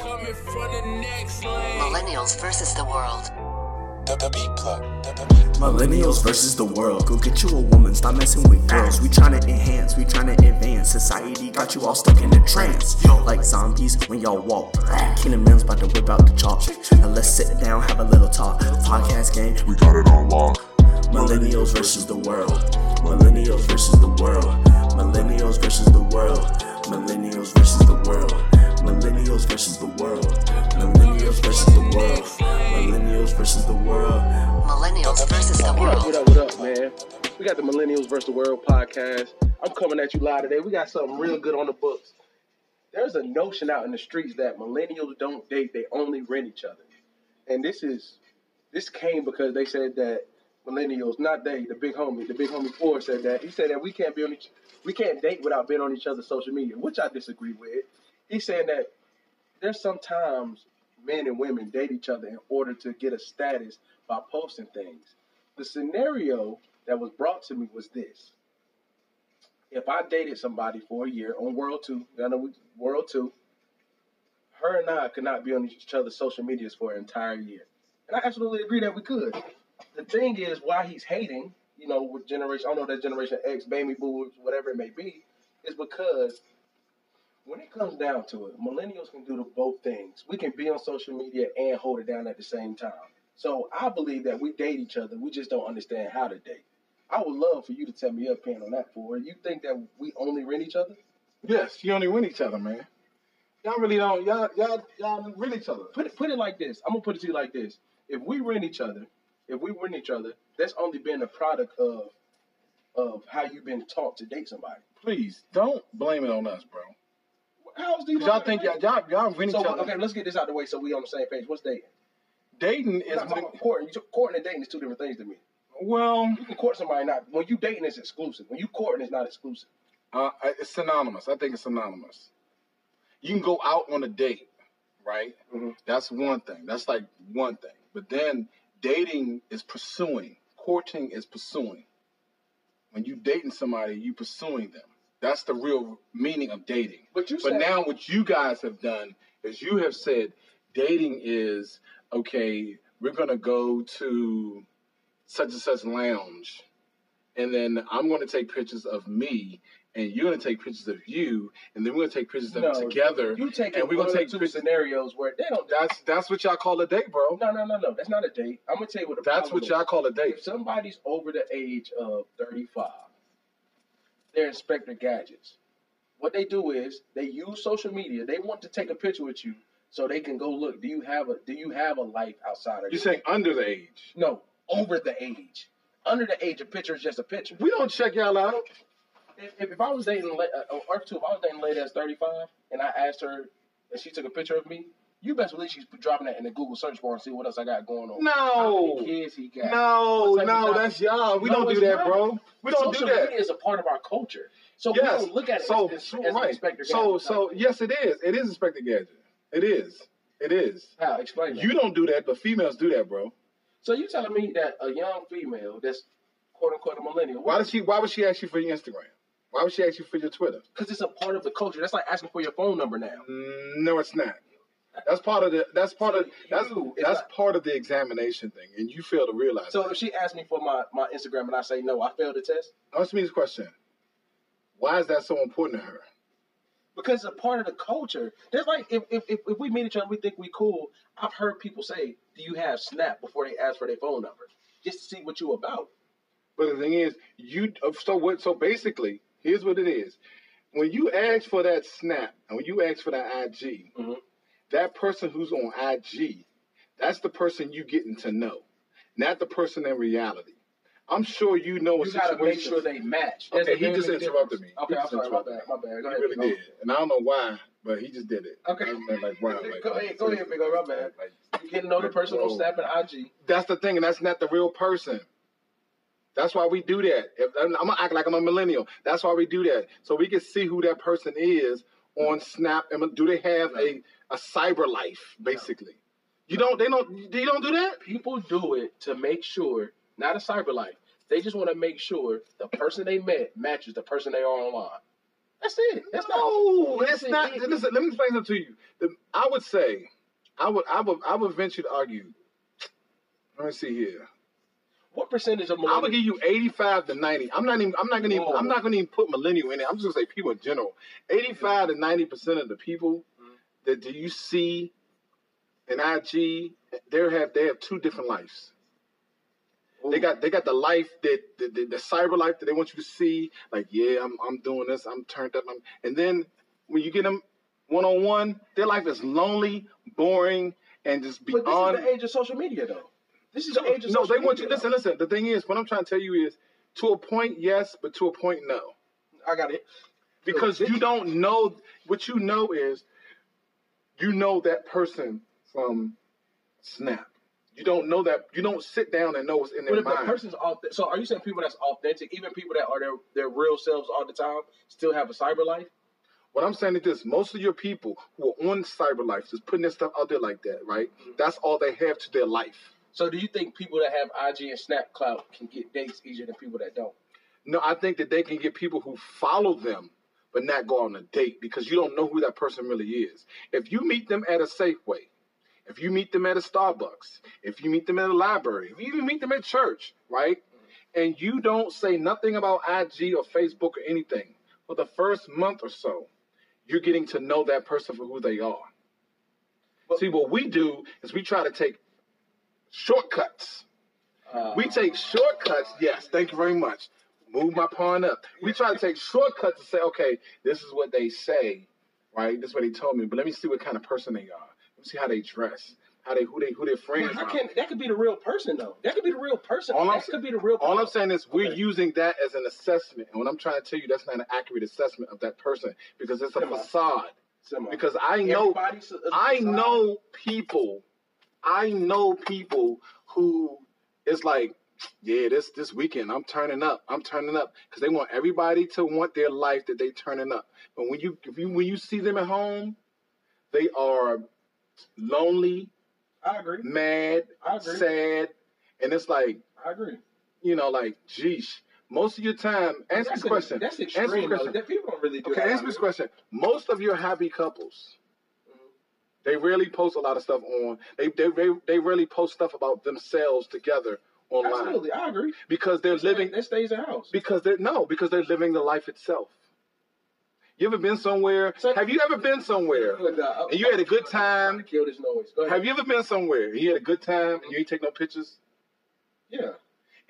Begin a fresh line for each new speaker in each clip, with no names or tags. Coming from the next lane.
Millennials versus the world.
The, the beat plug. The, the beat plug.
Millennials versus the world. Go get you a woman, stop messing with girls. We tryna enhance, we tryna advance. Society got you all stuck in a trance. Like zombies when y'all walk. Kingdom Men's about to whip out the chalk. Now let's sit down, have a little talk. Podcast game,
We got it on lock.
Millennials versus the world. Millennials versus the world. Millennials versus the world. Millennials versus the world. Millennials versus the world. Millennials versus the world. Millennials versus the world.
Millennials versus the
What
world.
up, what up, what up, man? We got the Millennials versus the World podcast. I'm coming at you live today. We got something real good on the books. There's a notion out in the streets that millennials don't date, they only rent each other. And this is this came because they said that millennials, not they, the big homie, the big homie Ford said that. He said that we can't be on each we can't date without being on each other's social media, which I disagree with. He's saying that there's sometimes men and women date each other in order to get a status by posting things. The scenario that was brought to me was this. If I dated somebody for a year on World 2, I know we, World 2, her and I could not be on each other's social medias for an entire year. And I absolutely agree that we could. The thing is, why he's hating, you know, with Generation, I don't know that Generation X, Baby Boomers, whatever it may be, is because when it comes down to it, millennials can do the both things. We can be on social media and hold it down at the same time. So I believe that we date each other. We just don't understand how to date. I would love for you to tell me your opinion on that. For you think that we only rent each other?
Yes, you only win each other, man. Y'all really don't. Y'all, y'all, y'all win each other.
Put it put it like this. I'm gonna put it to you like this. If we rent each other, if we rent each other, that's only been a product of of how you've been taught to date somebody.
Please don't blame it on us, bro.
How else do you
'Cause y'all think y'all, y'all, y'all win each
So
other.
okay, let's get this out of the way so we on the same page. What's dating?
Dating is
It's not courting. You- Courting and dating is two different things to me.
well,
you can court somebody not when you dating it's exclusive. When you courting it's not exclusive.
uh, I- it's synonymous. I think it's synonymous. You can go out on a date, right?
Mhm.
That's one thing. That's like one thing. But then dating is pursuing. Courting is pursuing. When you dating somebody, you pursuing them. That's the real meaning of dating.
But you
But
said
now what you guys have done is you have said dating is okay, we're gonna go to such and such lounge, and then I'm gonna take pictures of me, and you're gonna take pictures of you, and then we're gonna take pictures of
No,
together.
you take
and
and
we
we're
gonna
gonna
take
take two
pictures-
scenarios where they don't.
That's that's what y'all call a date, bro.
No, no, no, no. That's not a date. I'm gonna tell you what. The
That's
problem
what y'all
is.
call a
If
date.
somebody's over the age of 35, they're Inspector Gadgets. What they do is they use social media. They want to take a picture with you so they can go look. Do you have a Do you have a life outside of
You're
this?
saying under the age.
no over the age. Under the age, a picture is just a picture.
We don't check y'all out.
if, if, if I was dating uh, a- a- or two, if I was dating a lady that's 35 and I asked her and she took a picture of me, you best believe she's dropping that in the Google search bar and see what else I got going on. How
No.
many kids he got.
No,
What type of
no,
job-
that's y'all. We
No,
don't do
it's
that,
not.
bro. We don't
Social
do that.
media is a part of our culture. So
Yes.
we don't look at it
so,
as, as,
so,
as an
right.
inspector.
So
gadget.
so yes, it is. It is Inspector Gadget. It is. It is.
how? Explain that.
You don't do that, but females do that, bro.
So you telling me that a young female that's quote unquote a millennial,
Why does she? Why would she ask you for your Instagram? Why would she ask you for your Twitter?
Because it's a part of the culture. That's like asking for your phone number now.
No, it's not. That's part of the. That's part of. That's
You, it's
that's
not-
part of the examination thing, and you fail to realize. So,
So if she asked me for my, my Instagram and I say no, I failed the test.
ask me this question: Why is that so important to her?
because it's a part of the culture. There's like if if, if, if we meet each other, we think we cool. I've heard people say, "Do you have Snap?" before they ask for their phone number, just to see what you about.
But the thing is, you so what? So basically, here's what it is: when you ask for that snap and when you ask for that IG,
Mhm.
that person who's on IG, that's the person you getting to know, not the person in reality. I'm sure you know a
You gotta make
situation.
sure they match.
Okay,
a
he
very
just
big difference.
interrupted me.
Okay,
He
I'm
just
sorry. My
interrupted
bad. My bad. Go
he
ahead.
really
big O.
did, and I don't know why, but he just did it.
Okay.
I was like, wow, like,
Go ahead, go ahead, big O, my bad.
Like,
You getting to know the person on Snap and IG.
that's the thing, and that's not the real person. That's why we do that. If, I'm, I'm gonna act like I'm a millennial. That's why we do that, so we can see who that person is on Snap, and do they have a, a cyber life, basically? You don't. They don't. They don't do that.
People do it to make sure, not a cyber life. They just want to make sure the person they met matches the person they are online. That's it. That's not.
No, it's not. Listen, let me explain something to you. The- I would say, I would, I would, I would venture to argue. Let me see here.
What percentage of
I would
millennials?
give you eighty-five to ninety. I'm not even. I'm not gonna. Even,
Whoa.
I'm not gonna even put millennial in it. I'm just gonna say people in general. Eighty-five to ninety percent of the people
Mm-hmm.
that do you see in IG, they have they have two different lives. They got they got the life that the, the, the cyber life that they want you to see. Like, yeah, I'm I'm doing this. I'm turned up. I'm, and then when you get them one on one, their life is lonely, boring, and just
But this
beyond.
is the age of social media, though. This is the age of
no,
social
they want
media,
you.
though.
Listen, listen. The thing is, what I'm trying to tell you is, to a point, yes, but to a point, no,
I got it.
because
this-
you don't know what you know is, you know that person from Snap. You don't know that. You don't sit down and know what's in
But
their
if the
mind.
person's authentic, so are you saying people that's authentic, even people that are their, their real selves all the time, still have a cyber life?
What I'm saying is this: most of your people who are on cyber life, just putting their stuff out there like that, right? That's all they have to their life.
So do you think people that have IG and SnapCloud can get dates easier than people that don't?
No, I think that they can get people who follow them, but not go on a date because you don't know who that person really is. If you meet them at a Safeway, if you meet them at a Starbucks, if you meet them at a library, if you even meet them at church, right? And you don't say nothing about IG or Facebook or anything for the first month or so, you're getting to know that person for who they are. See, what we do is we try to take shortcuts. we take shortcuts. Yes, thank you very much. Move my pawn up. We try to take shortcuts to say, okay, this is what they say, right? This is what they told me. But let me see what kind of person they are. Let me see how they dress, how they who they who their friends
I
are.
can That could be the real person, though. That could be the real person.
All I'm
that
sa-
could be the real.
All I'm
person.
saying is we're
Okay.
using that as an assessment. And what I'm trying to tell you, that's not an accurate assessment of that person because it's a
Semi.
facade.
Semi.
Because I know
Everybody's a- a
I
facade.
know people. I know people who it's like, yeah, this this weekend I'm turning up. I'm turning up because they want everybody to want their life that they turning up. But when you if you when you see them at home, they are lonely,
I agree.
mad,
I agree.
sad, and it's like
I agree.
you know, like, geez. Most of your time, answer
That's
this question.
An, that's
Answer this
extreme. though.
question.
That people don't really do
Okay,
that.
answer this question. Most of your happy couples,
Mm-hmm.
they rarely post a lot of stuff on. They they they, they rarely post stuff about themselves together online
Absolutely, I agree.
because they're living.
That stays in house.
Because they're no, because they're living the life itself. You ever been somewhere?
So- uh, oh,
have you ever been somewhere and you had a good time?
Kill this noise. Go ahead.
Have you ever been somewhere and you had a good time and you ain't take no pictures
Yeah,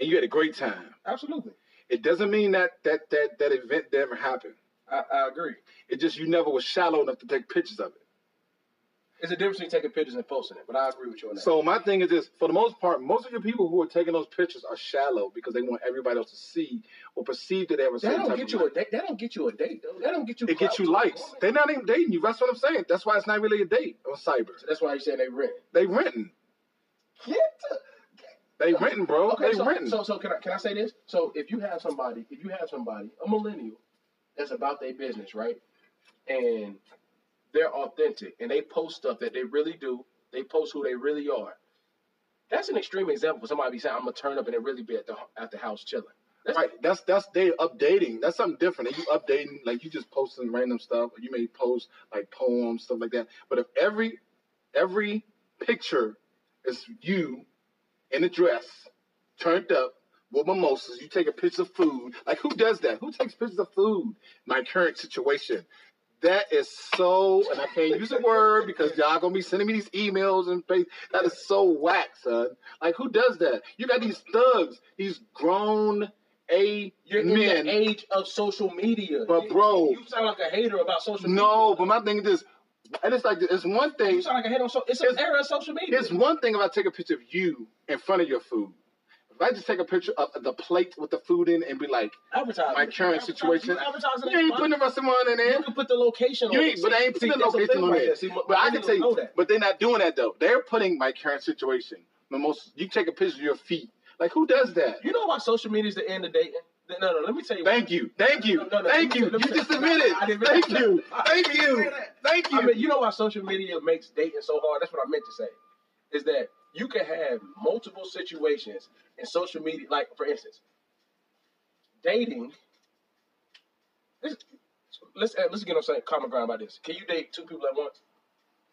and you had a great time?
absolutely.
It doesn't mean that that that that event never happened.
I, I agree.
It just you never was shallow enough to take pictures of it.
There's a difference between taking pictures and posting it, but I agree with you on that.
So my thing is this: for the most part, most of your people who are taking those pictures are shallow because they want everybody else to see or perceive that they have a
that
certain
don't
type
get
of
you a
life.
date. That don't get you a date though. That don't get you.
It gets
clout.
you likes. They're not even dating you. That's what I'm saying. That's why it's not really a date on cyber.
So that's why you're saying they rent.
They renting.
Get to,
They renting, bro.
okay,
they
so,
renting.
so so can I can I say this? So if you have somebody, if you have somebody, a millennial, that's about their business, right? And they're authentic and they post stuff that they really do. They post who they really are. That's an extreme example. Somebody be saying, "I'm gonna turn up and it really be at the at the house chilling." That's
Right, that's that's they updating. That's something different. You updating like you just posting random stuff. Or you may post like poems, stuff like that. But if every every picture is you in a dress, turned up with mimosas, you take a picture of food. Like who does that? Who takes pictures of food? My current situation. That is so, and I can't use the word because y'all gonna be sending me these emails and face. That is so whack, son. Like who does that? You got these thugs, these grown a
You're in
men.
the age of social media.
But,
You-
bro-
you sound like a hater about social media.
no, but my thing is this, and it's like it's one
you
thing.
sound like a hater on social. It's an
It's-
era of social media.
It's one thing if I take a picture of you in front of your food. If I just take a picture of the plate with the food in and be like,
advertising.
my current
Advertising-
situation,
You, advertising
you ain't
is
putting the
fine.
restaurant in
you
there.
can put the location.
You
on
ain't,
it.
but
See,
I ain't
see,
putting the
that's a
location
thing
on
right
there.
See, my-
But
my
I can
millennials
take,
know that.
but they're not doing that though. They're putting my current situation. The most, you take a picture of your feet. Like who does that?
You know why social media is the end of dating? No, no. Let me tell you. why.
Thank you, thank you,
No, no, no, let me
thank you.
say-
You
let me
just
say-
admitted.
I didn't-
Thank you,
I-
thank
I didn't
you,
say that.
thank
I mean,
you.
you know why social media makes dating so hard? That's what I meant to say. Is that you can have multiple situations in social media. Like, for instance, dating. This, let's add, let's get on some common ground about this. Can you date two people at once?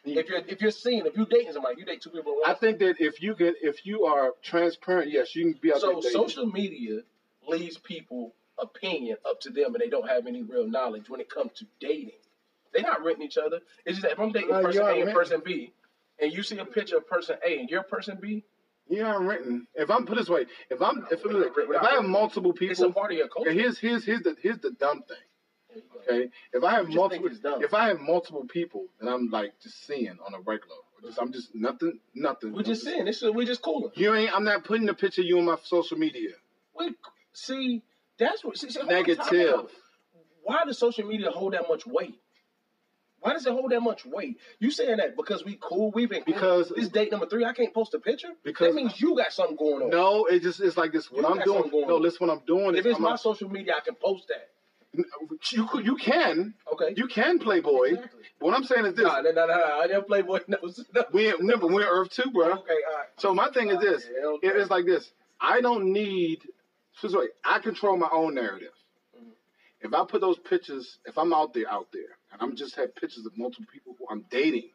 If you're if you're seeing if you're dating somebody, you date two people at
I
once.
think that if you get if you are transparent, yes, you can be out
So
there. dating.
social media leaves people opinion up to them, and they don't have any real knowledge when it comes to dating. They're not renting each other. It's just that if I'm dating
Uh,
person
you're
A and
renting.
person B, and you see a picture of person A and you're person B,
Yeah, I'm renting. If I'm put it this way, if I'm if, look, if I have multiple people,
it's a part of your culture.
okay, here's here's here's the here's the dumb thing. Okay, if I have
You just think
multiple
it's dumb.
if I have multiple people that I'm like just seeing on a regular, or just I'm just nothing nothing.
We're just
I'm
saying this. is- We're just cooling.
You ain't. I'm not putting a picture of you on my social media.
We see that's what see, see, hold on, time
Negative.
out. Why does social media hold that much weight? Why does it hold that much weight? You saying that because we cool? We've been cool.
Because-
this date number three, I can't post a picture.
Because-
that means you got something going on.
No, it just it's like this. What
You
I'm
got
doing.
something going
No,
on.
listen. What I'm doing
if
is
it's
I'm
my
not-
social media, I can post that.
you could- you can
Okay.
you can play boy.
Exactly.
What I'm saying is this.
Nah, nah, nah, nah, nah. I didn't play boy knows. No.
We remember we're Earth too, bro.
Okay, all right.
So my thing is this:
Hell
it
no.
is like this. I don't need. so it's like, I control my own narrative. If I put those pictures, if I'm out there, out there, and I'm just have pictures of multiple people who I'm dating,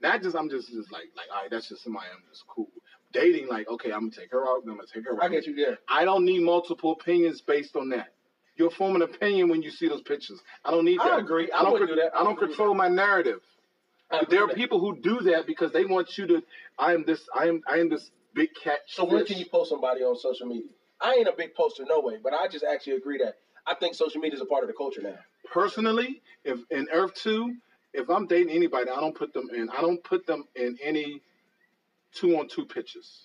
not just I'm just just like like all right, that's just somebody I'm just cool. with. Dating like okay, I'm gonna take her out, then I'm gonna take her out.
I get you there.
I don't need multiple opinions based on that. You'll form an opinion when you see those pictures. I don't need
I
that.
agree. I
don't.
wouldn't do that.
I
I
don't
agree with
control my narrative.
I
But
agree
there are
with that.
people who do that because they want you to. I am this. I am. I am this big cat.
So when
fish.
can you post somebody on social media? I ain't a big poster, no way. But I just actually agree that I think social media is a part of the culture now.
personally, if in Earth Two, if I'm dating anybody, I don't put them in. I don't put them in any two on two pictures.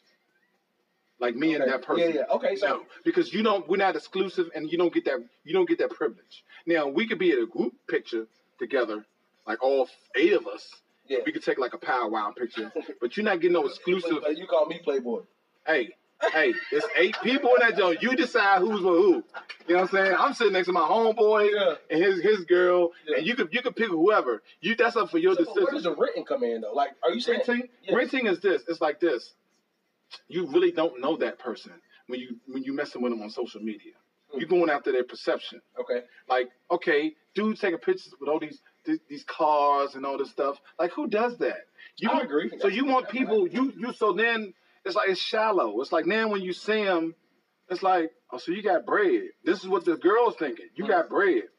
Like me and
Okay.
that person.
Yeah, yeah. Okay, so-
No, because you don't. We're not exclusive, and you don't get that. You don't get that privilege. Now we could be at a group picture together, like all eight of us.
Yeah.
We could take like a powwow picture, but you're not getting no exclusive.
Play- You call me Playboy.
hey, hey, it's eight people in that joint. You decide who's with who. You know what I'm saying? I'm sitting next to my homeboy
Yeah.
and his his girl,
Yeah.
and you could you could pick whoever. You that's up for your
So, but where does
decision.
the renting come in though? Like, are you saying
Renting,
Yeah.
renting is this. It's like this. You really don't know that person when you when you messing with them on social media. You're
Hmm.
going after their perception.
Okay,
Like, okay, dudes taking pictures with all these th- these cars and all this stuff. Like, who does that? You
I
want-
agree.
So you want people you you so then it's like it's shallow. It's like then when you see them, it's like oh, so you got bread. This is what the girls thinking. You got bread.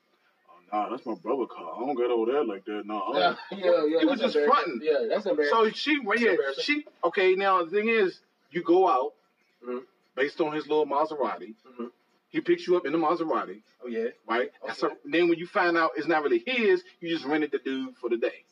Oh nah, that's my brother car. I don't get over that like that. No. I
yeah,
don't.
yeah, yeah.
You was
that's
just
embarrassing.
fronting.
Yeah, that's embarrassing.
So she, yeah,
embarrassing.
she okay. Now the thing is, you go out
Mhm.
based on his little Maserati.
Mhm.
He picks you up in the Maserati
oh yeah,
right? That's a, then when you find out it's not really his, you just rented the dude for the day.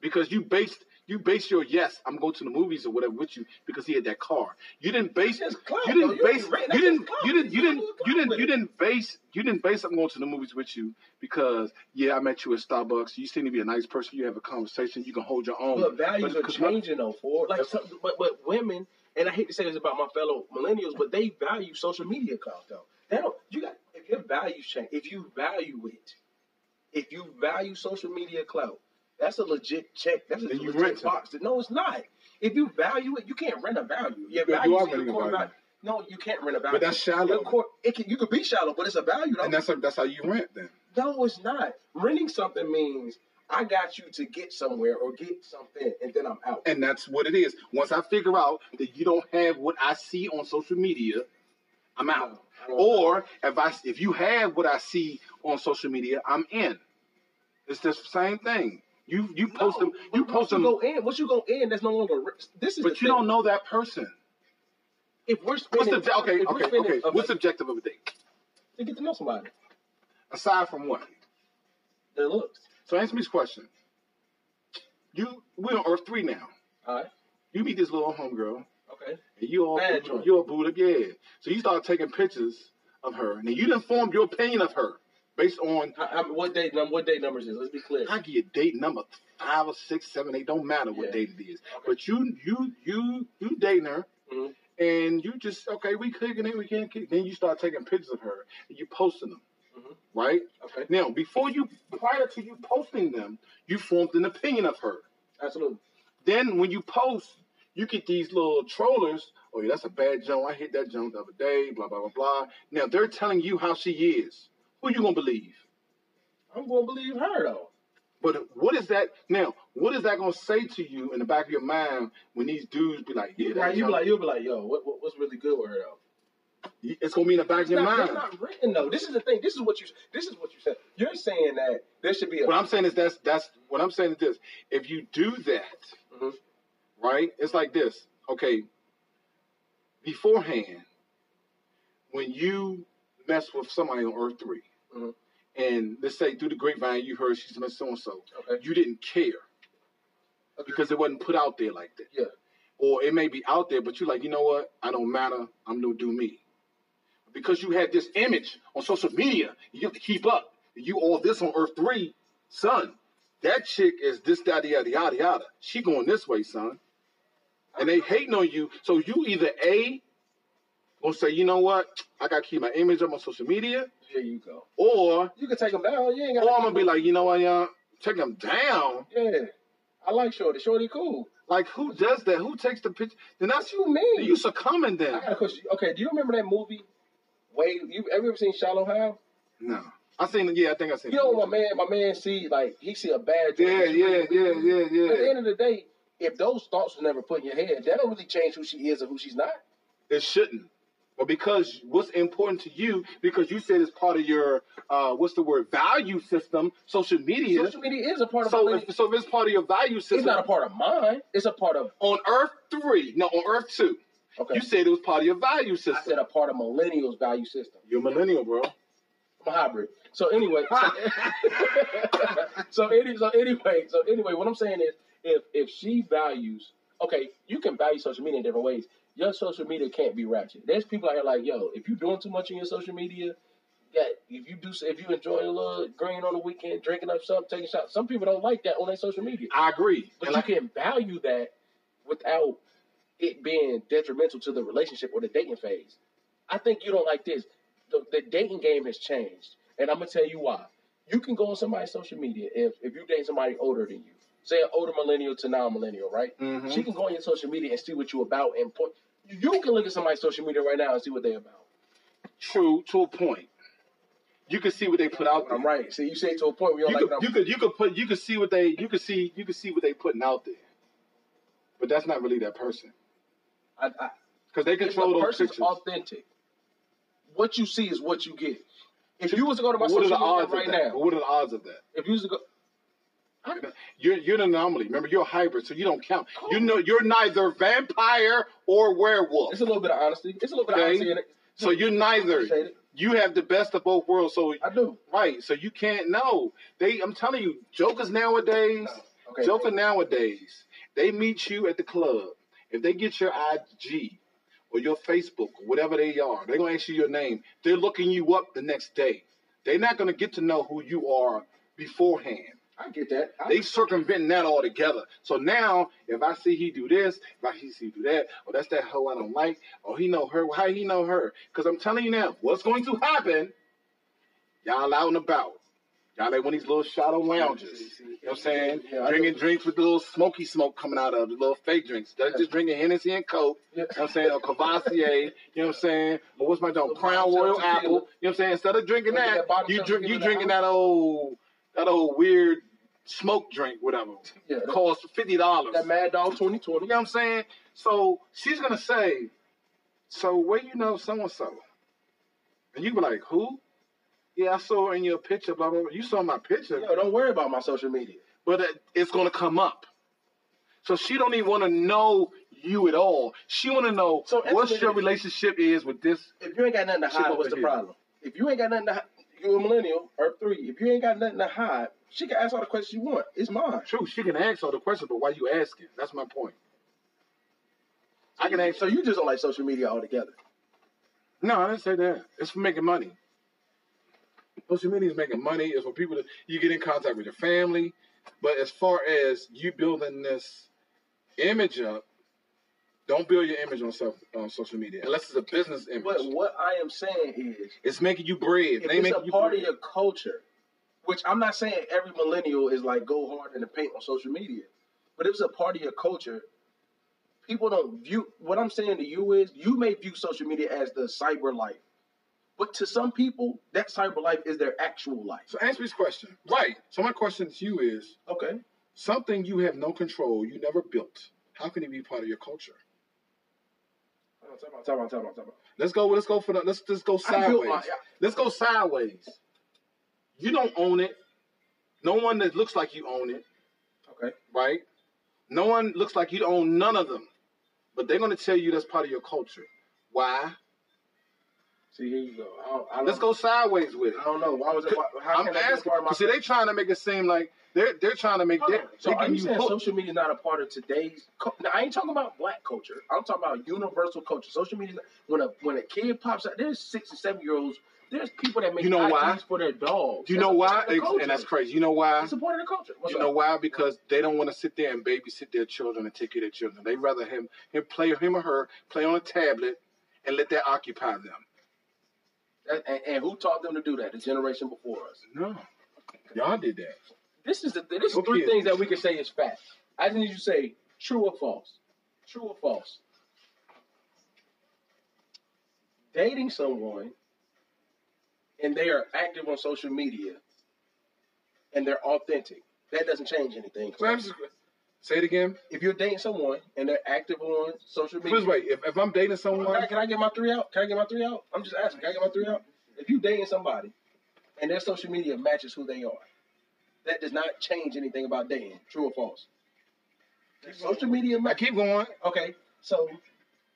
Because you based you base your yes, I'm going to the movies or whatever with you because he had that car. You didn't base
That's just clout,
you didn't
though. You
base
ain't renting, that's
you didn't
just
you
clout.
didn't you
You
didn't
do a
you
clout
didn't
with
you
it.
didn't base you didn't base I'm going to the movies with you because yeah, I met you at Starbucks. You seem to be a nice person. You have a conversation. You can hold your own.
but values are
'cause my-
changing though. For like,
That's-
some, but but women, and I hate to say this about my fellow millennials, but they value social media clout though. They don't. You got if your values change, if you value it, if you value social media clout, that's a legit check. That's a
Then you rent
legit
it.
box. No, it's not. If you value it, you can't rent a value. Your
You- you
value
are
is your
renting a
core
value.
value. No, you can't rent a value.
that's shallow.
Your core- it can, you could be shallow, but it's a value. Though.
and that's how- that's how you rent then.
No, it's not. Renting something means I got you to get somewhere or get something, and then I'm out.
And that's what it is. Once I figure out that you don't have what I see on social media, I'm out.
I don't-
Or if I if you have what I see on social media, I'm in. It's the same thing. You you post them. You
but
post
once
them,
You go in. Once you go in, that's no longer. re- This is.
but
the
you
thing.
don't know that person.
If we're
What's
spending,
the okay?
if we're
Okay,
spending-
okay. What's the objective of a date
to get to know somebody?
aside from what?
Their looks.
So answer me this question. You we're on Earth three now.
All right.
You meet this little homegirl.
Okay.
And you all
Bad
boot,
joint.
you all boot up, yeah. So you start taking pictures of her, and then you done formed your opinion of her based on
I, I, what date? num- What date numbers is? Let's be clear.
I get date number five or six, seven, eight. Don't matter what
Yeah.
date it is, but you you you you dating her,
Mhm.
and you just okay, we cooking it, we can't cook. Then you start taking pictures of her, and you posting them,
Mm-hmm.
right?
Okay.
Now before you, prior to you posting them, you formed an opinion of her.
Absolutely.
Then when you post, you get these little trollers. Oh, yeah, that's a bad jump. I hit that jump the other day. Blah blah blah blah. Now they're telling you how she is. Who you gonna believe?
I'm gonna believe her though.
But what is that now? What is that gonna say to you in the back of your mind when these dudes be like, yeah,
You
that
right? You be
young-
like, you be like, yo, what, what, what's really good with her though?
it's gonna be in the back of
It's
your
not,
mind.
it's not written though. This is the thing. This is what you. This is what you said. You're saying that there should be a.
What I'm saying is that's that's what I'm saying is this. If you do that,
Mhm.
right? It's like this. Okay. Beforehand, when you mess with somebody on Earth 3
Mhm.
and let's say through the grapevine you heard she's messing so and so,
Okay.
you didn't care
Okay.
because it wasn't put out there like that.
Yeah.
Or it may be out there, but you're like, you know what? I don't matter. I'm gonna do me. Because you had this image on social media, you have to keep up. You all this on Earth Three, son. That chick is this, that, yada, yada, yada. She going this way, son. And they hating on you. So you either A, gonna say, you know what? I gotta keep my image up on social media,
There you go.
or
You can take them down. You ain't got.
or I'm gonna be like, you know what, y'all, take them down.
yeah. I like Shorty. Shorty cool.
Like who does that? Who takes the picture? Then that's
What you mean?
you succumbing
I
then.
got a question. Okay, do you remember that movie? Wave. You ever seen Shallow Hal?
No. I seen it. Yeah, I think I seen
You know what my man, my man see like he see a bad. joint
Yeah,
that you
yeah,
really-
yeah, yeah,
At the
yeah.
end of the day, if those thoughts are never put in your head, that don't really change who she is or who she's not.
It shouldn't. But because what's important to you, because you said it's part of your, uh, what's the word, value system, social media.
Social media is a part of.
so,
my life.
if, so if it's part of your value system,
it's not a part of mine. It's a part of.
on Earth 3, no, on Earth 2,
Okay.
you said it was part of your value
I
system.
said uh, a part of millennials' value system.
You're millennial, bro.
I'm a hybrid. So anyway, so, so, any, so anyway, so anyway, what I'm saying is, if if she values, okay, you can value social media in different ways. Your social media can't be ratchet. There's people out here like, yo, if you're doing too much in your social media, that if you do, if you enjoy a little green on the weekend, drinking up something, taking shots, some people don't like that on their social media.
I agree.
But
And
you
like,
can value that without it being detrimental to the relationship or the dating phase. I think you don't like this. The, the dating game has changed, and I'm gonna tell you why. You can go on somebody's social media if if you date somebody older than you, say an older millennial to now millennial, right?
Mhm.
She can go on your social media and see what you about and point. You can look at somebody's social media right now and see what they about.
true to a point. You can see what they put out there.
I'm right. See, you say it to a point where you don't
you
like
could,
what I'm
you could you could put you could see what they you could see you could see what they putting out there, but that's not really that person
I, I,
because they
if the
control those
person's
pictures.
authentic, what you see is what you get. If you was to go to my
But what are the
social media
odds
right
of that? But
now,
What are the odds of that?
if you was to go, I,
You're you're an anomaly. Remember, you're a hybrid, so you don't count. You know, you're neither vampire or werewolf.
it's a little bit of honesty. It's a little bit
Okay.
of honesty in it.
So you're neither.
Appreciate it.
You have the best of both worlds. So
I do.
right. So you can't know. They, I'm telling you, jokers nowadays.
Okay.
Joker nowadays, they meet you at the club. If they get your IG or your Facebook or whatever they are, they're gonna ask you your name. They're looking you up the next day. They're not gonna get to know who you are beforehand.
I get that. I,
They circumventing that altogether. So now, if I see he do this, if I see he do that, or that's that hoe I don't like, or he know her, well, how he know her? Because I'm telling you now, what's going to happen? Y'all out and about. Y'all at one of these little shadow lounges. You know what I'm saying?
Yeah, I
drinking
know.
drinks with the little smoky smoke coming out of the little fake drinks. They're just drinking Hennessy and Coke.
Yeah.
You know what I'm saying? Or Cavassier. You know what I'm saying? Or what's my name? Crown Royal
Tequila.
Apple. You know what I'm saying? Instead of drinking
Drinking
that,
that bottom
you
shelf
drink you
tequila
drinking
now.
that old that old weird smoke drink, whatever.
Yeah, that-
Costs fifty dollars.
that Mad Dog 2020.
You know what I'm saying? So she's gonna say, "So where you know so and so?" And you be like, "Who?" Yeah, I saw her in your picture. Blah blah. blah. You saw my picture,
Yo, don't worry about my social media.
but it- it's gonna come up. So she don't even want to know you at all. She want to know
So
what
actually-
your relationship is with this.
If you ain't got nothing to
Ship
hide,
over
what's the
here.
problem? If you ain't got nothing to hide, you're a millennial or three. If you ain't got nothing to hide, she can ask all the questions you want. It's mine.
True, she can ask all the questions, but why you asking? That's my point. I can ask.
So you just don't like social media altogether.
No, I didn't say that. It's for making money. Social media is making money. It's for people to you get in contact with your family. But as far as you building this image up, don't build your image on self on social media unless it's a business image.
But what I am saying is,
It's making you bread.
if
They
it's
make
a
you
part
bread.
of your culture, which I'm not saying every millennial is like go hard in the paint on social media, but if it's a part of your culture, people don't view. What I'm saying to you is, you may view social media as the cyber life, But to some people, that cyber life is their actual life.
So answer this question. Right. So my question to you is
Okay.
something you have no control, you never built. How can it be part of your culture?
Time out, time out, time out, time out.
Let's go. Let's go for the. Let's just go
I built
sideways.
my-
Let's go sideways. You don't own it. No one that looks like you own it,
Okay.
right? No one looks like you own none of them, but they're gonna tell you that's part of your culture. Why?
See, here you go. I don't, I don't,
Let's go sideways with it.
I don't know. Why was it? Why, how
I'm
can that be a
asking.
part of my-
See, they trying to make it seem like they're they're trying to make
Hold
they're,
on. So
they're
are
getting
you
you
saying
hooked.
social media is not a part of today's? Co- now, I ain't talking about black culture. I'm talking about universal culture. Social media. When a when a kid pops out, there's six and seven year olds. Thethe's people that make
You know
IDs
why?
for their dogs.
Do you
That's
know
a
why?
part of the
Ex-
culture.
And that's crazy. You know why?
It's a part of the culture. What's
You know
up?
why? Because they don't want to sit there and babysit their children and take care of their children. They rather him him play him or her play on a tablet and let that occupy them.
That- and, and who taught them to do that? The generation before us.
No, y'all did that.
This is the th- this is
Your
three
kids.
things that we can say is fact. I just need you to say true or false. True or false. Dating someone and they are active on social media and they're authentic. That doesn't change anything.
So I'm just- say it again.
If you're dating someone and they're active on social
Please
media,
wait. If, if I'm dating
Hold on, can I,
someone,
can I get my three out? Can I get my three out? I'm just asking. Can I get my three out? If you dating somebody and their social media matches who they are, that does not change anything about dating. True or false? If Social media
I
match.
keep going.
Okay. So,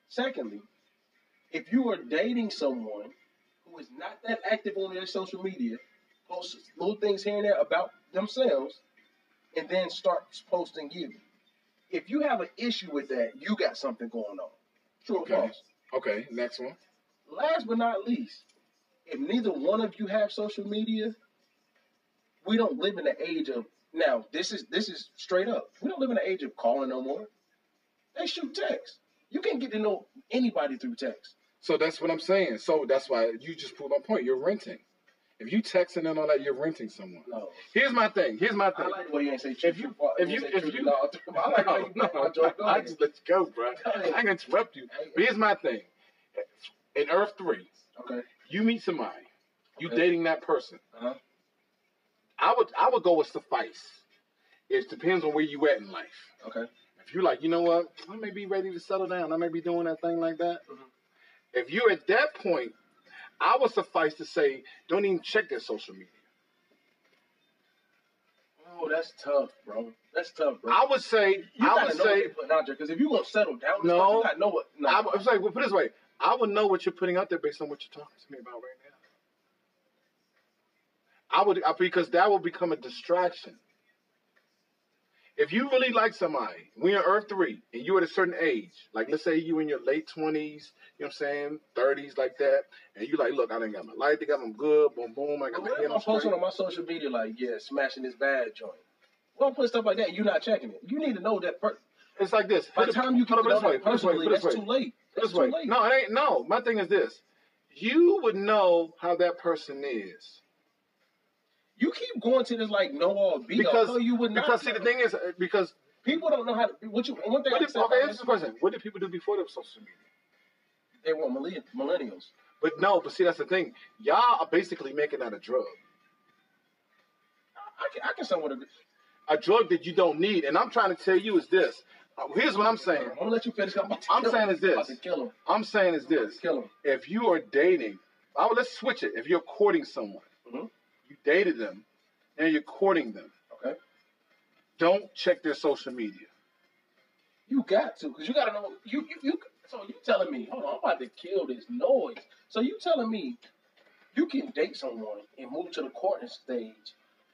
secondly, if you are dating someone who is not that active on their social media, posts little things here and there about themselves, and then starts posting you. If you have an issue with that, you got something going on. True or
Okay.
false?
Okay, next one.
last but not least, if neither one of you have social media, we don't live in the age of now. This is this is straight up. We don't live in the age of calling no more. They shoot text. You can't get to know anybody through text.
So that's what I'm saying. So that's why you just proved my point. You're renting. If you texting and all that, you're renting someone.
No,
Here's my thing. Here's my
Oh. I
thing.
like the way you ain't say
If you, if you, if you,
no, I like how you
no,
no, Joe, go
I
ahead.
just let you go, bro.
Go ahead.
I can interrupt you.
Hey,
But here's my thing. In Earth Three,
okay,
you meet somebody, you
Okay.
dating that person.
Uh-huh.
I would, I would go with suffice. It depends on where you at in life.
okay,
If you like, you know what, I may be ready to settle down. I may be doing that thing like that.
Mhm.
If you're at that point, I would suffice to say, don't even check their social media.
oh, that's tough, bro. That's tough, bro.
I would say,
you
I
gotta
would
know what
say,
they putting out there because if you gonna settle down, and
No.
stuff, you gotta know what. No,
I, am sorry. Well, put it this way, I would know what you're putting out there based on what you're talking to me about right now. I would I, because that will become a distraction. If you really like somebody, we're in Earth Three, and you're at a certain age, like let's say you in your late twenties, you know what I'm saying, thirties, like that, and you like, look, I done got my life together, I'm good, boom, boom, I
But what
got my
if
head
I'm
on
posting
straight.
on my social media like, yeah, smashing this bad joint? Well, I'm putting stuff like that. and You're not checking it. You need to know that. Per-
It's like this.
by the
Put it-
time you
put
get
it
to know
this way,
that
put it this way,
personally,
put it this
that's
way.
too late. That's
This way.
too late.
No, it ain't. No, my thing is this: you would know how that person is
You keep going to this like know all be
because
all. No, you would not.
because see the
know.
thing is uh, because
people don't know how to. What you one thing
what
I
did,
said
okay,
about
answer
this,
the question: What did people do before there was social media?
they want millenn- millennials.
But no, but see that's the thing. Y'all are basically making that a drug,
I can, I can somewhat agree.
a drug that you don't need. And I'm trying to tell you is this. Uh, Here's what I'm saying.
I'm gonna let you finish. I'm, about to
I'm
kill
saying
him.
is this.
I'm about to kill him.
I'm saying is this:
Kill him.
if you are dating, I would let's switch it. If you're courting someone,
Mhm.
you dated them, and you're courting them.
Okay.
Don't check their social media.
You got to, cause you gotta know. You you you. So you telling me? Hold on, I'm about to kill this noise. So you telling me you can date someone and move to the courting stage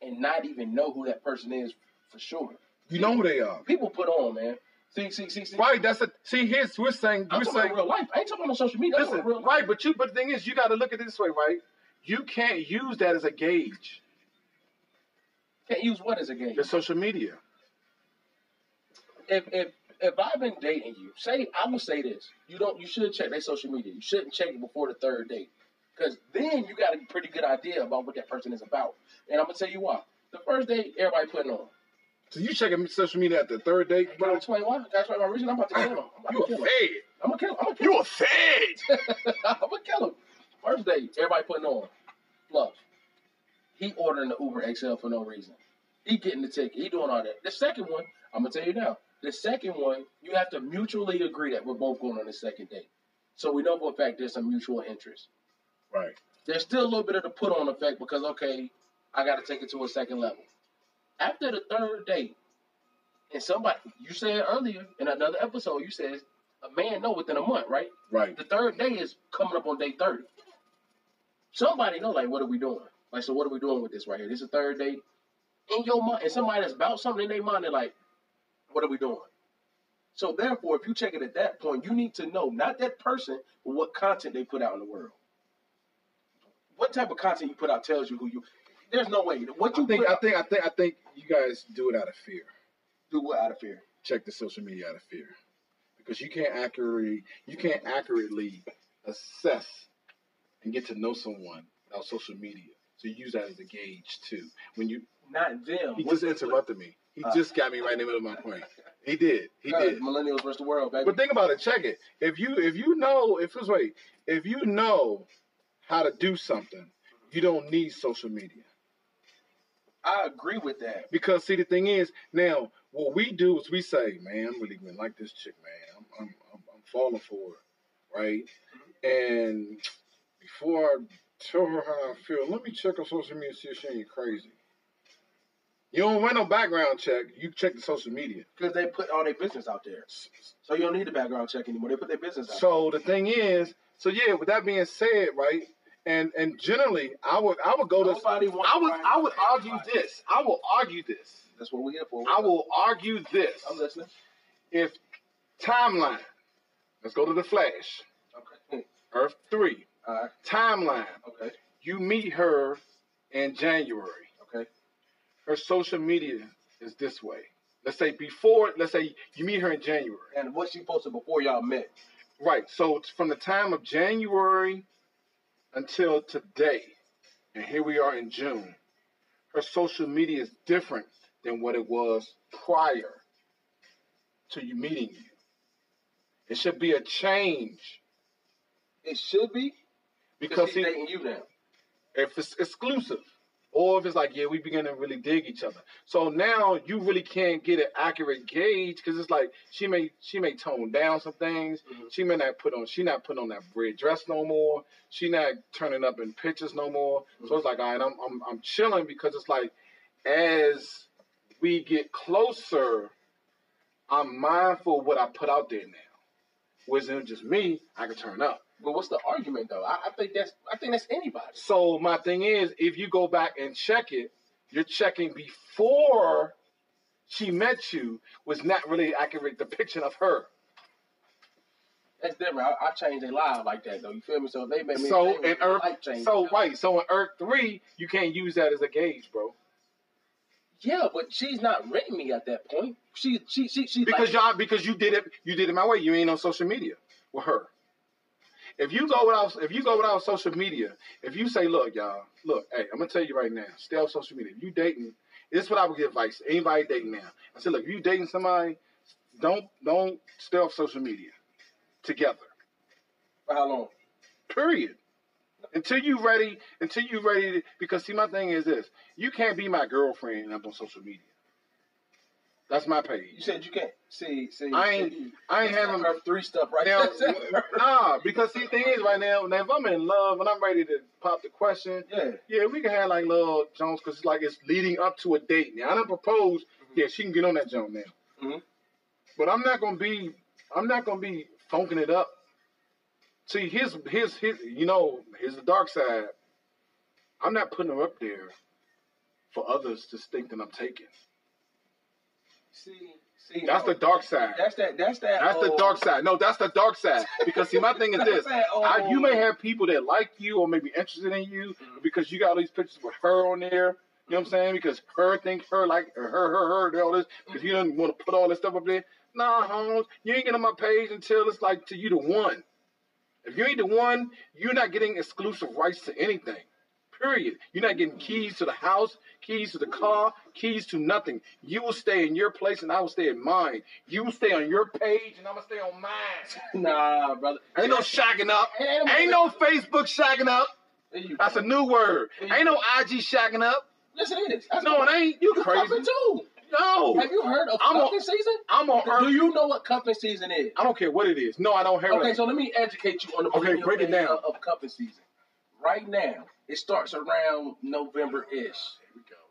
and not even know who that person is for sure?
You know who they are.
People put on, man. See, see, see, see.
Right, that's a see here's we're saying
I'm
we're
talking
saying
about real life. I ain't talking about social media. I'm
listen,
talking about real life.
right, but you but the thing is you gotta look at it this way, right? You can't use that as a gauge.
Can't use what as a game.
Your social media.
If if if I've been dating you, say I will say this. You don't. You should check their social media. You shouldn't check it before the third date, because then you got a pretty good idea about what that person is about. And I'm gonna tell you why. The first date, everybody putting on.
So you checking social media at the third date,
But
bro?
I'm 21. That's right. My reason. I'm about to kill him. I'm about
You
to
a
kill him.
fed.
I'm gonna kill him. I'm gonna kill him.
You a fed.
I'm gonna kill him. First date, everybody putting on. Love. He ordering the Uber XL for no reason. He getting the ticket. He doing all that. The second one, I'm gonna tell you now. The second one, you have to mutually agree that we're both going on the second date. So we know for a fact there's some mutual interest.
Right.
There's still a little bit of the put on effect because okay, I gotta take it to a second level. After the third date, and somebody you said earlier in another episode, you said a man know within a month, right?
Right.
The third day is coming up on day 30. Somebody know, like, what are we doing? Like, so what are we doing with this right here? This is the third day. In your mind, and somebody that's about something in their mind, they're like, what are we doing? So therefore, if you check it at that point, you need to know not that person, but what content they put out in the world. What type of content you put out tells you who you. There's no way what you
I think
put
I
out,
think I think I think you guys do it out of fear.
do what out of fear.
Check the social media out of fear. Because you can't accurately you can't accurately assess and get to know someone without social media. So you use that as a gauge too. When you
Not them.
he
What-
just interrupted me. He
Uh.
just got me right in the middle of my point. He did. He
Nah,
did.
Millennials versus the world, baby.
But think about it. Check it. If you if you know if it's wait if you know how to do something, you don't need social media.
I agree with that.
Because see, the thing is, now what we do is we say, "Man, I'm really gonna like this chick, man. I'm I'm I'm, I'm falling for her, right?" And before I tell her how I feel, let me check her social media see if she ain't crazy. You don't run no background check. You check the social media.
Because they put all their business out there. So you don't need a background check anymore. They put their business out
So the thing is, so yeah. With that being said, right, and and generally, I would I would go to
Nobody wants
I would
to find
I would
out
argue
everybody.
this. I will argue this.
That's what we're here for.
I will argue this.
I'm listening.
if timeline, let's go to the Flash,
Okay.
Earth three
All right.
timeline.
Okay.
You meet her in January.
Okay.
Her social media is this way. Let's say before. Let's say you meet her in January.
And what she posted before y'all met.
Right. So it's from the time of January until today, and here we are in June. Her social media is different than what it was prior to you meeting you. It should be a change.
It should be because
Because
she's
see,
dating you now.
if it's exclusive, or if it's like, yeah, we begin to really dig each other. So now you really can't get an accurate gauge because it's like she may she may tone down some things.
Mhm.
She may not put on she not putting on that red dress no more. She not turning up in pictures no more. So it's like, all right, I'm I'm I'm chilling because it's like as we get closer, I'm mindful of what I put out there now. Whereas if it's just me, I can turn up.
But what's the argument though? I, I think that's I think that's anybody.
So my thing is, if you go back and check it, you're checking before she met you was not really an accurate depiction of her.
That's different. I, I changed their live like that though. You feel me? So they made me
So
they
in
made my
Earth,
life change.
so right, so in Earth three, you can't use that as a gauge, bro,
Yeah, but she's not renting me at that point. She she she she like,
because y'all because you did it you did it my way. You ain't on social media with her. If you go without if you go without social media, if you say, look, y'all, look, hey, I'm gonna tell you right now, stay off social media. If you dating, this is what I would give advice. to Anybody dating now, I said, look, if you dating somebody, don't don't stay off social media together.
for how long?
Period. Until you ready, until you ready, to, because see, my thing is this: you can't be my girlfriend and I'm on social media. That's my
You
page.
said you can't. See, see,
I ain't-
see.
I ain't
That's
having
not her three stuff right
now,
there.
nah, because see, thing is, right now, now if I'm in love and I'm ready to pop the question,
yeah,
Yeah, we can have like little Jones because it's like it's leading up to a date. Now I don't propose. Yeah, she can get on that Jones now.
Mhm.
But I'm not gonna be. I'm not gonna be funking it up. See, here's here's his. You know, here's the dark side. I'm not putting her up there for others to think that I'm taking.
see, see.
That's
no.
the dark side.
That's Oh. that. That's that.
That's the
old-
dark side. No, that's the dark side. Because see, my thing is this:
That's that old-
I, you may have people that like you or maybe interested in you because you got all these pictures with her on there. You know what I'm saying? Because her thinks her like her, her, her, and all this. Because you don't want to put all this stuff up there. Nah, Holmes, you ain't getting on my page until it's like to you the one. If you ain't the one, you're not getting exclusive rights to anything. Period. You're not getting keys to the house, keys to the car, keys to nothing. You will stay in your place and I will stay in mine. You will stay on your page and I'm gonna stay on mine.
Nah, brother.
Ain't no shacking up.
Ain't
Ain't no Facebook shacking up.
You-
That's a new word. Ain't no IG shacking up.
Yes, it is. That's
No, it ain't. You
You
crazy.
cuffing too.
No.
Have you heard of
I'm on-
cuffing season?
I'm on
Do
earth.
you know what cuffing season is?
I don't care what it is. No, I don't hear
Okay,
it.
so let me educate you on the
Okay,
millennial
break it
phase
down.
of, of cuffing season. Right now, it starts around November ish.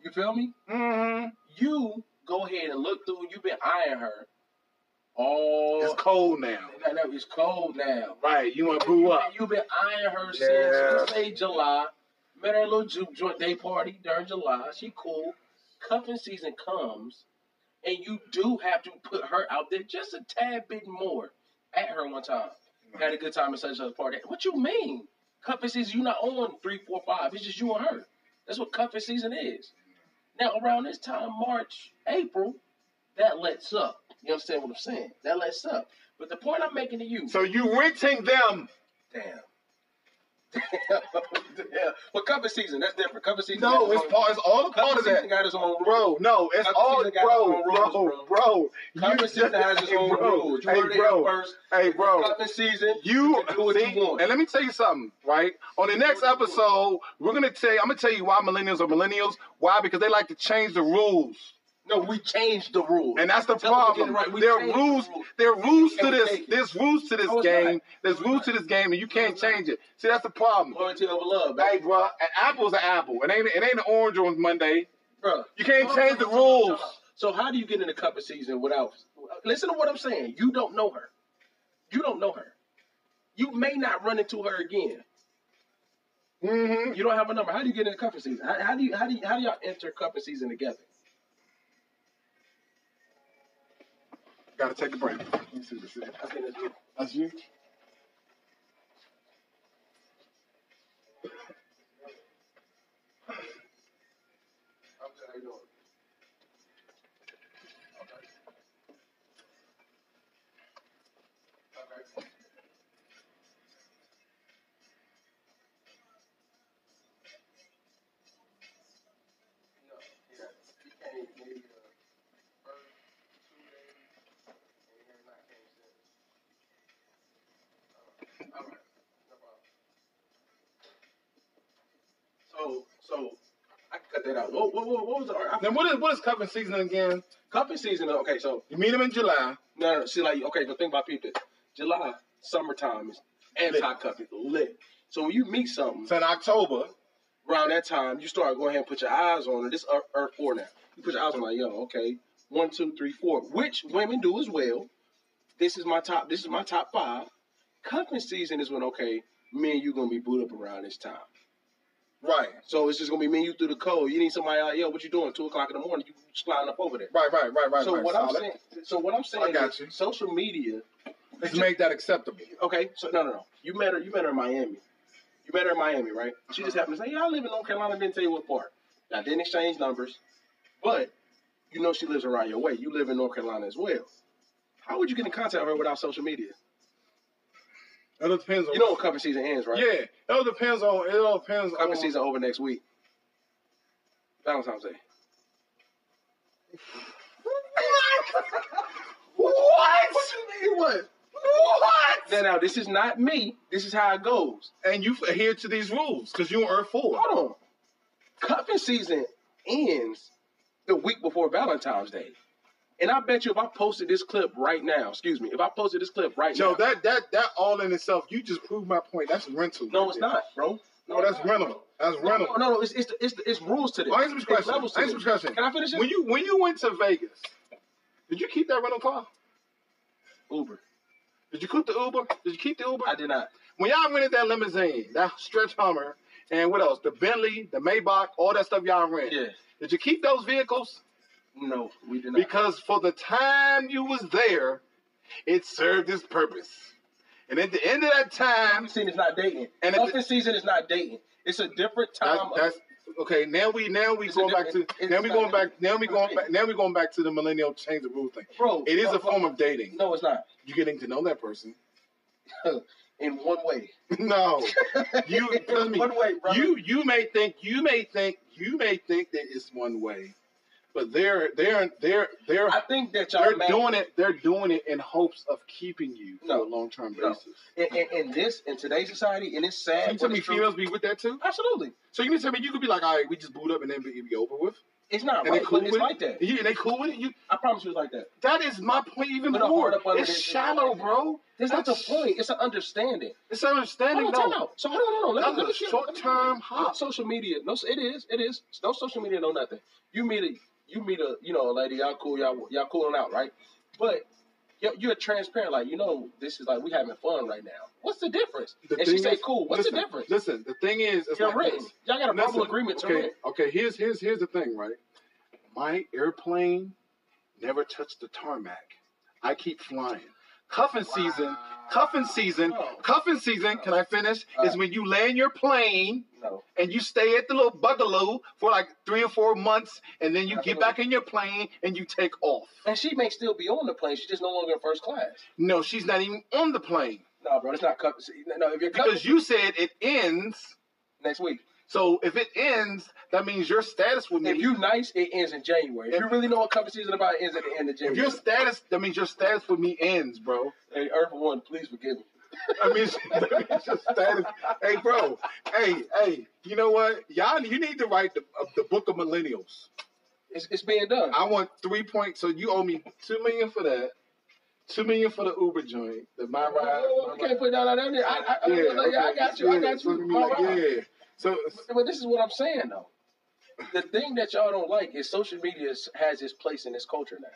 You feel me?
hmm
You go ahead and look through. You've been eyeing her. all.
It's cold now.
Now, now it's cold now.
Right. You want to boo up.
You've been eyeing her
Yeah.
since say July. Met her little juke joint day party during July. She cool. Cuffing season comes, and you do have to put her out there just a tad bit more. At her one time, had a good time at such and such party. What you mean? Cuffing season? You not on three, four, five. It's just you and her. That's what cuffing season is. Now around this time, March, April, that lets up. You understand what I'm saying? That lets up. But the point I'm making to you,
So you renting them.
Damn. Damn. Damn. Well, cover season, that's different. Cover season.
No, it's part. It's all a part
cover
of
season
that.
got its own role.
Bro, no, it's
Cup
all
season got
bro,
its own
bro,
rules,
bro.
Cuffing
You
season has its
hey,
own
bro,
rules. You
hey,
heard it here
bro,
first.
hey, bro.
Cuffing season.
You
can do what
see,
you want.
and let me tell you something, right? On the next episode, we're gonna tell. You, I'm gonna tell you why millennials are millennials. Why? Because they like to change the rules,
no, we changed the rules.
and that's the
Tell them to get
problem.
it right. We
There are
changed the
rules.
rules.
There are rules to
And we
this.
take it.
There's rules to this
No, it's not.
game. There's rules to this game, and you can't change it. See, that's the problem.
Loyalty over love,
Hey,
baby.
bro, an apple's an apple. It ain't. It ain't an orange on Monday.
Bruh.
You can't change the rules.
So how do you get in the cup of season without? Listen to what I'm saying. You don't know her. You don't know her. You may not run into her again.
Mm-hmm.
You don't have a number. How do you get in the cup of season? How, how do you how do you, how do y'all enter cup of season together?
Gotta take a break.
I think that's
That's you.
So so I can cut that out. What, what, what, what was the I-
Now, what is what is cuffing season again?
cup of season? Okay, so
You meet them in July.
no, no, no see like okay, but think about people. July summertime is anti cupping lit. So when you meet something
It's in October.
around that time, you start going ahead and put your eyes on her. This earth, earth four now. You put your eyes on like yo, okay, one, two, three, four, which women do as well. This is my top. This is my top five. Cupping season is when okay, me and you gonna be booed up around this time.
Right.
So it's just gonna be me and you through the cold. You need somebody out, yo, what you doing? Two o'clock in the morning, you just flying up over there.
Right. Right. Right. Right.
so
right.
what
Solid.
I'm saying so what I'm saying
I got
is
you.
social media
Let's make that acceptable.
okay, so no no no. You met her you met her in Miami. You met her in Miami, right? She just happened to say, Yeah, I live in North Carolina, didn't tell you what part. I didn't exchange numbers, but you know she lives around your way. You live in North Carolina as well. How would you get in contact with her without social media?
It all depends on.
You know when cupping season ends, right?
Yeah. It all depends on. It all depends
Cupping
on.
season over next week. Valentine's Day.
What?
What you mean what?
What?
Now, now this is not me. This is how it goes.
And you adhere to these rules because you are Earth Four.
Hold on. Cuffing season ends the week before Valentine's Day. And I bet you if I posted this clip right now, excuse me, if I posted this clip right
Yo,
now.
that that that all in itself. You just proved my point. That's rental.
no,
right
it's
there.
not, bro.
No, that's
it's not.
rental. That's
No,
rental.
no, no, it's it's it's, it's rules to this.
Oh, answer this
It's
question.
levels to
Answer
this.
this question.
Can I finish it?
When you when you went to Vegas, did you keep that rental car?
Uber.
Did you keep the Uber? Did you keep the Uber?
I did not.
When y'all rented that limousine, that stretch Hummer, and what else? The Bentley, the Maybach, all that stuff y'all rented.
Yeah.
Did you keep those vehicles?
No, we did not.
Because for the time you was there, it served its purpose. And at the end of that time,
cuffing season is not dating. And
And it-
cuffing season is not dating. It's a different time.
that,
of-
that's okay. Now we now we
It's a
going back to
different-
now
it's
we
not
going back
different.
now we going back now we going back to the millennial change the rule thing.
Bro,
it is
bro,
a form of dating.
no, it's not.
You're getting to know that person.
in one way.
No, you trust me,
One way, brother.
you you may think you may think you may think that it's one way, but they're they're they're they're
I think that y'all
they're
mad-
doing it. They're doing it in hopes of keeping you
No.
for a long term
No.
basis.
in, in, in this in today's society, and it's
So
sad.
you tell
but
me
it's true.
females be with that too?
Absolutely,
So you mean to tell me you could be like, all right, we just boot up and then be, be over with,
it's not
and
right,
they cool
but it's
with
like
it?
that.
Yeah, they cool with it. You
I promise you, it's like that.
that is my point even
Put a
more.
heart up under
It's
this-
shallow, bro.
That's not the
That's-
point. It's an understanding.
It's understanding.
Hold on, time
No,
out. So hold on, hold on. Let me, let me
that's a
share-
short term
Not
hop.
social media. No, it is. It is. No social media. No nothing. You meet a you meet a you know a lady. Y'all cool. Y'all y'all cooling out, right? But you're, you're transparent. Like you know, this is like we having fun right now. What's the difference?
The
and she
thing
say,
is-
"Cool. What's
listen,
the difference?
Listen, the thing is, it's
You're
like
rich.
this.
Y'all got a verbal
Listen,
agreement to
okay,
rent.
Okay, here's here's here's the thing, right? My airplane never touched the tarmac. I keep flying. Cuffing season, cuffing season,
Wow.
cuffing season. Can I finish? Is
Uh.
when you land your plane
No,
and you stay at the little bungalow for like three or four months, and then you get
Absolutely.
back in your plane and you take off.
and she may still be on the plane. She's just no longer in first class.
No, she's not even on the plane
No, bro, it's not cup. see, No, if you're cup
because you said it ends.
next week.
So if it ends, that means your status with me.
If you nice, it ends in January. If,
If-
you really know what cup season about, it ends at the end of
if
January.
your status, that means your status with me ends, bro.
hey, Earth One, please forgive me.
I mean, that means your status. Hey, bro. Hey, hey. You know what? Y'all, you need to write the, uh, the book of millennials.
It's, it's being done.
I want three points. So you owe me two million for that. Two million for the Uber joint. The my ride.
Oh,
My
we can't
Ride.
put that out there. I, I, I,
Yeah,
look, yeah, I
okay.
got you. I
Yeah,
got
so
you.
it'd be like,
All right.
yeah. So
But this is what I'm saying though. The thing that y'all don't like is social media is- has its place in this culture now.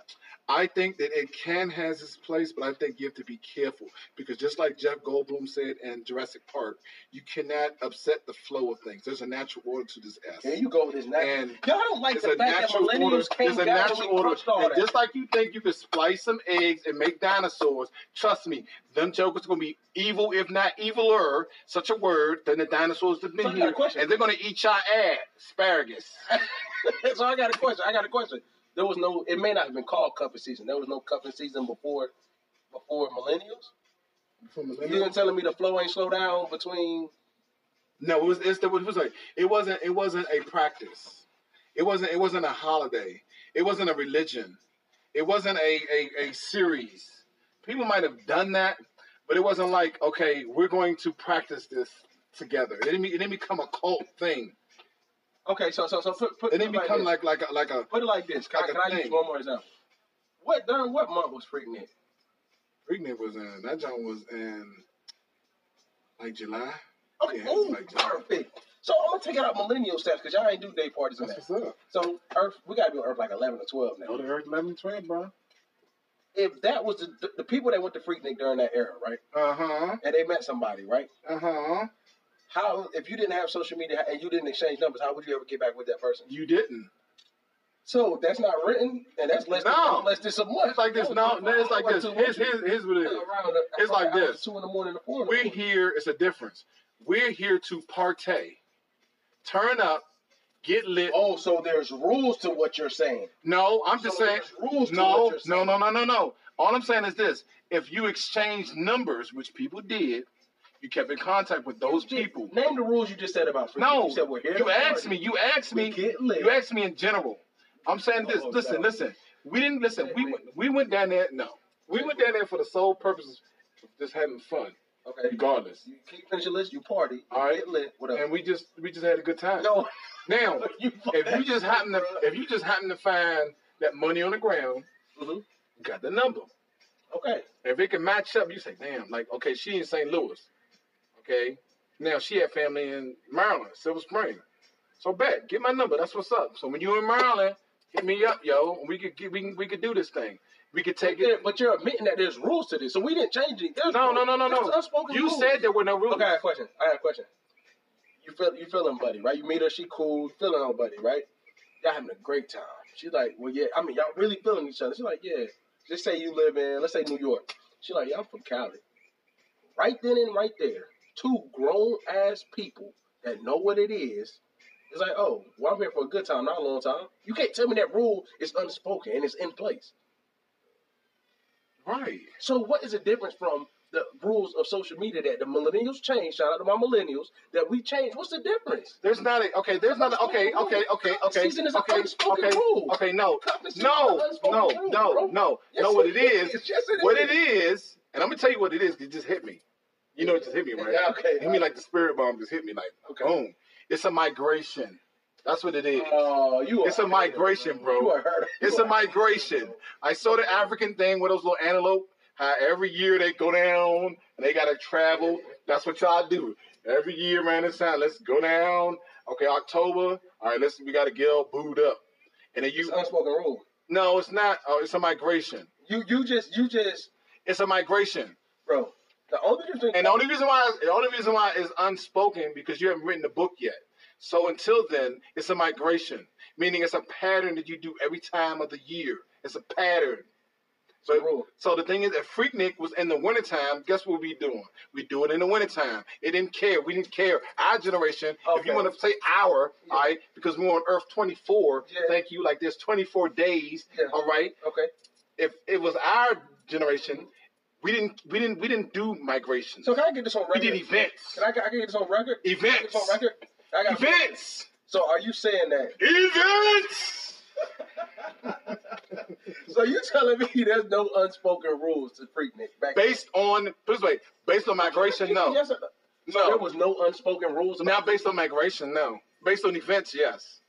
I think that it can has its place, but I think you have to be careful because just like Jeff Goldblum said in Jurassic Park, you cannot upset the flow of things. There's a natural order to this S.
Here you go with this natural.
And
Y'all don't like
it's
the
a
fact that
natural
millennials
order.
came
It's a
down and
natural
we
order.
crushed all
And
that.
just like you think you can splice some eggs and make dinosaurs, trust me, them jokers are gonna be evil, if not eviler, such a word, than the dinosaurs that've
So
been
I got a
here,
question.
and they're gonna eat your ass, asparagus.
so I got a question. I got a question. There was no. It may not have been called cuffing season. There was no cuffing season before, before millennials. You ain't telling me the flow ain't slow down between.
No, it was it's the, it was like it wasn't it wasn't a practice. It wasn't it wasn't a holiday. It wasn't a religion. It wasn't a, a, a series. People might have done that, but it wasn't like, okay, we're going to practice this together. It didn't, be- it didn't become a cult thing.
Okay, so so so put put
It didn't
put
become
this.
like like a, like a
put it like this. Can, I-
like a
can I use
thing.
one more example? What during what month was pregnant?
Freaknik was in. That John was in like July.
Okay,
Yeah,
ooh,
like that.
perfect. So I'm gonna take it out millennial steps because y'all ain't do day parties and that.
That's what's up.
So Earth, we gotta do Earth like 11 or 12
Go
now.
to Earth 11 12, bro.
If that was the, the, the people that went to Freaknik during that era, right,
Uh huh.
and they met somebody, right?
Uh huh.
How if you didn't have social media and you didn't exchange numbers, how would you ever get back with that person?
You didn't.
So if that's not written, and that's less
No.
than less than some month.
It's like this. No, no, it's like this. Here's, here's, here's what it is. It's like this.
Two in the morning, to four in the
We're
morning.
here. It's a difference. We're here to partay, turn up, get lit.
Oh, so there's rules to what you're saying.
No, I'm just
So
saying.
there's rules to what
No,
you're
no,
saying.
no, no, no, no. All I'm saying is this: if you exchange numbers, which people did, you kept in contact with those people.
Name the rules you just said about Freaknik.
No,
you said we're here.
you
to
asked
party.
me. You asked
We
me.
get lit.
You asked me in general. I'm saying this.
Oh,
Listen,
no.
listen. We didn't listen. We went, we went down there. No, we went down there for the sole purpose of just having fun,
Okay.
regardless.
You keep finish your list. You party. You
All right.
Get lit. What else?
and we just we just had a good time.
No.
Now,
You
if you just happen to if you just happen to find that money on the ground,
Mhm.
you got the number.
Okay.
If it can match up, you say, "Damn, like okay, she in St. Louis, okay. Now she had family in Maryland, Silver Spring. So bet, get my number. That's what's up. So when you in Maryland, hit me up, yo. and We could get, we can, we could do this thing. We could take
Yeah,
it.
but you're admitting that there's rules to this, so we didn't change anything. There's
No,
rules.
no, no, no,
There's
no.
unspoken
You
rules.
said there were no rules.
Okay, I got a question. I got a question. You feel you feeling buddy, right? You meet her, she cool, feeling her buddy, right? Y'all having a great time. She's like, well, yeah. I mean, y'all really feeling each other. She's like, yeah. Just say you live in, let's say New York. She's like, yeah, I'm from Cali. Right then and right there, two grown ass people that know what it is. It's like, oh, well, I'm here for a good time, not a long time. You can't tell me that rule is unspoken and it's in place.
Right.
So what is the difference from the rules of social media that the millennials change. Shout out to my millennials that we change. What's the difference?
There's not a okay. There's not a okay. Okay. Okay. Okay.
Season is an
okay,
unspoken
okay,
rule.
Okay. No.
Cuffing season
No.
is an unspoken
No.
rule, bro.
No. No.
Yes,
no. What
it
it is?
is. Yes, it
what
is.
it is? And I'm gonna tell you what it is. 'cause It just hit me. You know, it just hit me right.
Yeah, okay.
It Hit me like the spirit bomb just hit me like
Okay.
boom. It's a migration. That's what it is.
Oh, you.
It's a migration, bro.
You are hurt.
It's
You
a
are-
migration. I saw the African thing with those little antelope. How every year they go down and they gotta travel. That's what y'all do. Every year around this time, let's go down. Okay, October. All right, listen, we gotta get all booed up. And then
It's
you
an unspoken rule.
no, it's not. Oh, it's a migration.
You you just you just
It's a migration.
bro. The only difference.
And the only reason why the only reason why it's unspoken because you haven't written the book yet. So until then, it's a migration, meaning it's a pattern that you do every time of the year. It's a pattern.
It's a rule.
So, so the thing is, if Freaknik was in the wintertime, guess what we doing? We do it in the wintertime. It didn't care. We didn't care. Our generation, if
Okay.
you want to say our,
Yeah.
all right, because we're on Earth 24,
Yeah.
thank you, like there's 24 days,
Yeah.
all right?
okay.
If it was our generation, we didn't we didn't we didn't do migration.
So can I get this on
we
record?
did events.
Can I, I can get this on record? Can I get
Events.
this on record? I got
Events.
So are you saying that?
Events.
So you telling me there's no unspoken rules to Freaknik back
Based on put it this way, based on migration, no.
Yes, sir. So
No.
there was no unspoken rules.
Now
About
based on migration, no. Based on events, yes.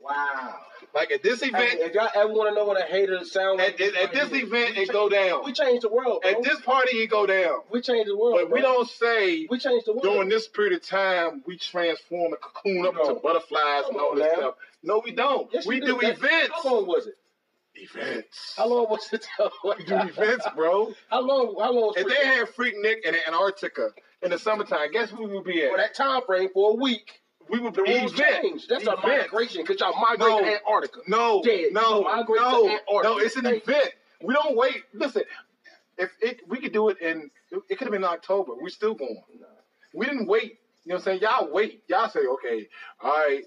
wow.
Like at this event,
Hey, if y'all ever want to know what a hater sound like,
at, at, at this event,
we
it go
cha-
down.
we changed the world. Bro.
At this party, it go down.
we changed the world.
But we
bro.
don't say
We changed the world.
during this period of time we transform the cocoon up
No.
to butterflies and
Come
all
on,
this
man.
stuff. No, we don't.
Yes,
we
you
do
That-
events.
How long was it?
Events.
How long was it?
We do events, bro.
How long? How long? Was
If they had Freak Nick in Antarctica in the summertime, guess who we would be at?
for that time frame for a week,
we would
the rules
event.
changed. That's
Event.
a migration because y'all migrate
No.
to Antarctica.
No,
Dead.
no,
You migrate to
no,
Antarctica.
no. It's an event. We don't wait. Listen, if it, we could do it in, it could have been October. We're still going. We didn't wait. You know what I'm saying? Y'all wait. Y'all say, okay, all right,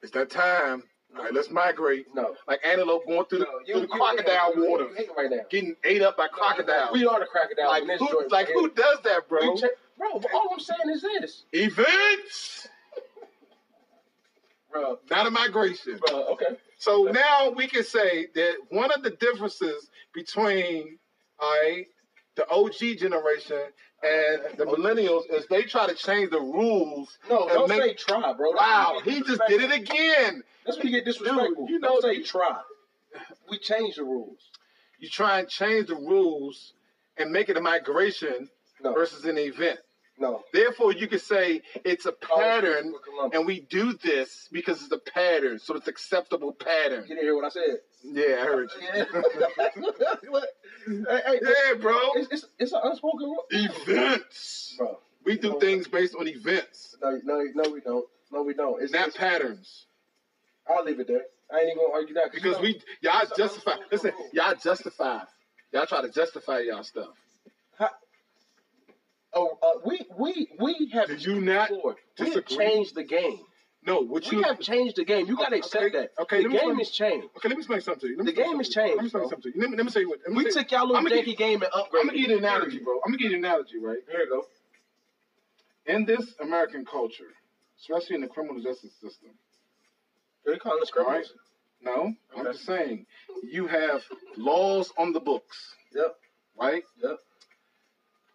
it's that time. All right, let's migrate.
No.
Like antelope going through the,
No,
through the crocodile
you- you-
water,
you hating right now.
getting ate up by crocodiles.
We are the crocodile.
like who, like who does that, bro?
bro? Bro, but all I'm saying is this,
Events,
bro.
not a migration.
Bro, okay.
So now we can say that one of the differences between all right, the OG generation and the millennials is they try to change the rules.
No,
and
don't
make-
say try, bro. That's
Wow,
when you
he
get
just did it again.
disrespectful. That's when you get disrespectful.
Dude, you know
don't say
you-
try. We changed the rules.
You try and change the rules and make it a migration
No.
versus an event.
No.
Therefore, you could say it's a pattern,
Columbus.
and we do this because it's a pattern, so it's acceptable pattern.
You didn't hear what I said.
Yeah, I heard you.
Yeah. hey, hey,
Yeah, bro.
It's, it's, it's an unspoken rule.
Events.
Bro,
We do things based on events,
no, no, no, we don't. No, we don't. It's,
not
it's-
patterns.
I'll leave it there. I ain't even gonna argue that
Because
you know-
we y'all
it's a
justify.
unspoken
Listen,
rule.
y'all justify. Y'all try to justify y'all stuff.
oh, uh, we we we have
Did you not
explored. we have
disagree?
changed the game.
No, what
We
you
have changed the game. You gotta accept
Okay,
that.
okay,
the
let me
game
explain-
has changed.
Okay, let me explain something to you. Let
The
me explain
game has
something
changed,
to you. Let me explain
bro.
something to you. Let me, let me tell you what. Let me
We
tell you-
took y'all little
I'ma give-
janky game and upgraded.
I'm gonna give you an analogy, bro. I'm gonna give you an analogy, right?
There you go.
In this American culture, especially in the criminal justice system,
They calling us criminals.
no, I'm
Okay.
just saying, you have laws on the books,
Yep.
right?
Yep.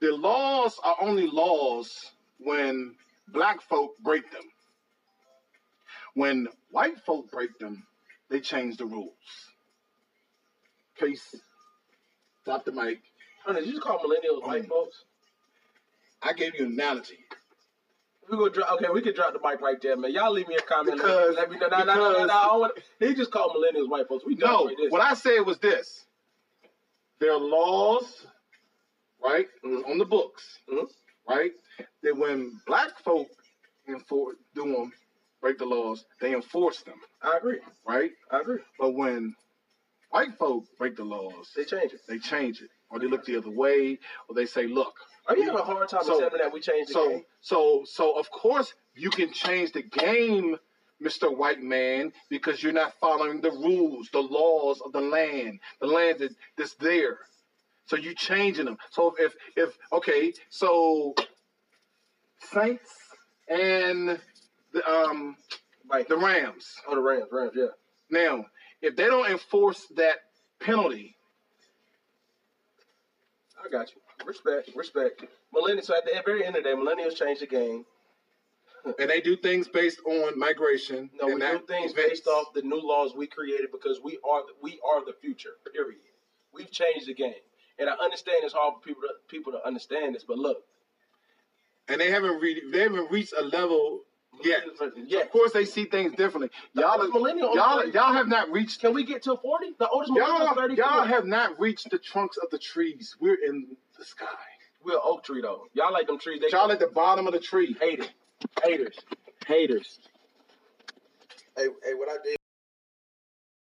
the laws are only laws when black folk break them. When white folk break them, they change the rules. Case, drop the mic.
Hunter, you just call millennials
Oh.
white folks.
I gave you an analogy.
We gonna drop. Okay, we can drop the mic right there, man. Y'all leave me a comment.
Because-
let me know. No, no, no, no,
because-
no. I don't wanna- He just called millennials white folks. We
No,
know this.
what I said was this there are laws, right,
Mhm.
on the books,
Mhm.
right, that when black folk enforce, do them, break the laws, they enforce them,
I agree.
right?
I agree.
But when white folk break the laws,
They change it.
they change it, or they look the other way, or they say, "Look."
Are you having a hard time
So-
accepting that we changed the
So,
game?
so, so, of course, you can change the game, Mister White Man, because you're not following the rules, the laws of the land, the land that, that's there. So you changing them. So if if okay, so Saints and the um
Like
the Rams.
oh, the Rams, Rams, yeah.
Now, if they don't enforce that penalty,
I got you. Respect, respect. Millennials. So at the very end of the day, millennials change the game.
and they do things based on migration,
Mm. No, we
and
do
that
things
events-
based off the new laws we created because we are the, we are the future. Period. We've changed the game, and I understand it's hard for people to, people to understand this. But look,
and they haven't re- they haven't reached a level yet.
Yeah.
Of course, they see things differently. Y'all,
oldest millennial only
y'all,
thirty.
y'all have not reached.
can we get to forty? The oldest millennial is
Y'all,
thirty.
y'all have not reached the trunks of the trees. We're in the sky.
We're an oak tree though. Y'all like them trees? They
Y'all at the bottom of the tree.
hate it. Haters. Haters.
Hey, hey, what I did.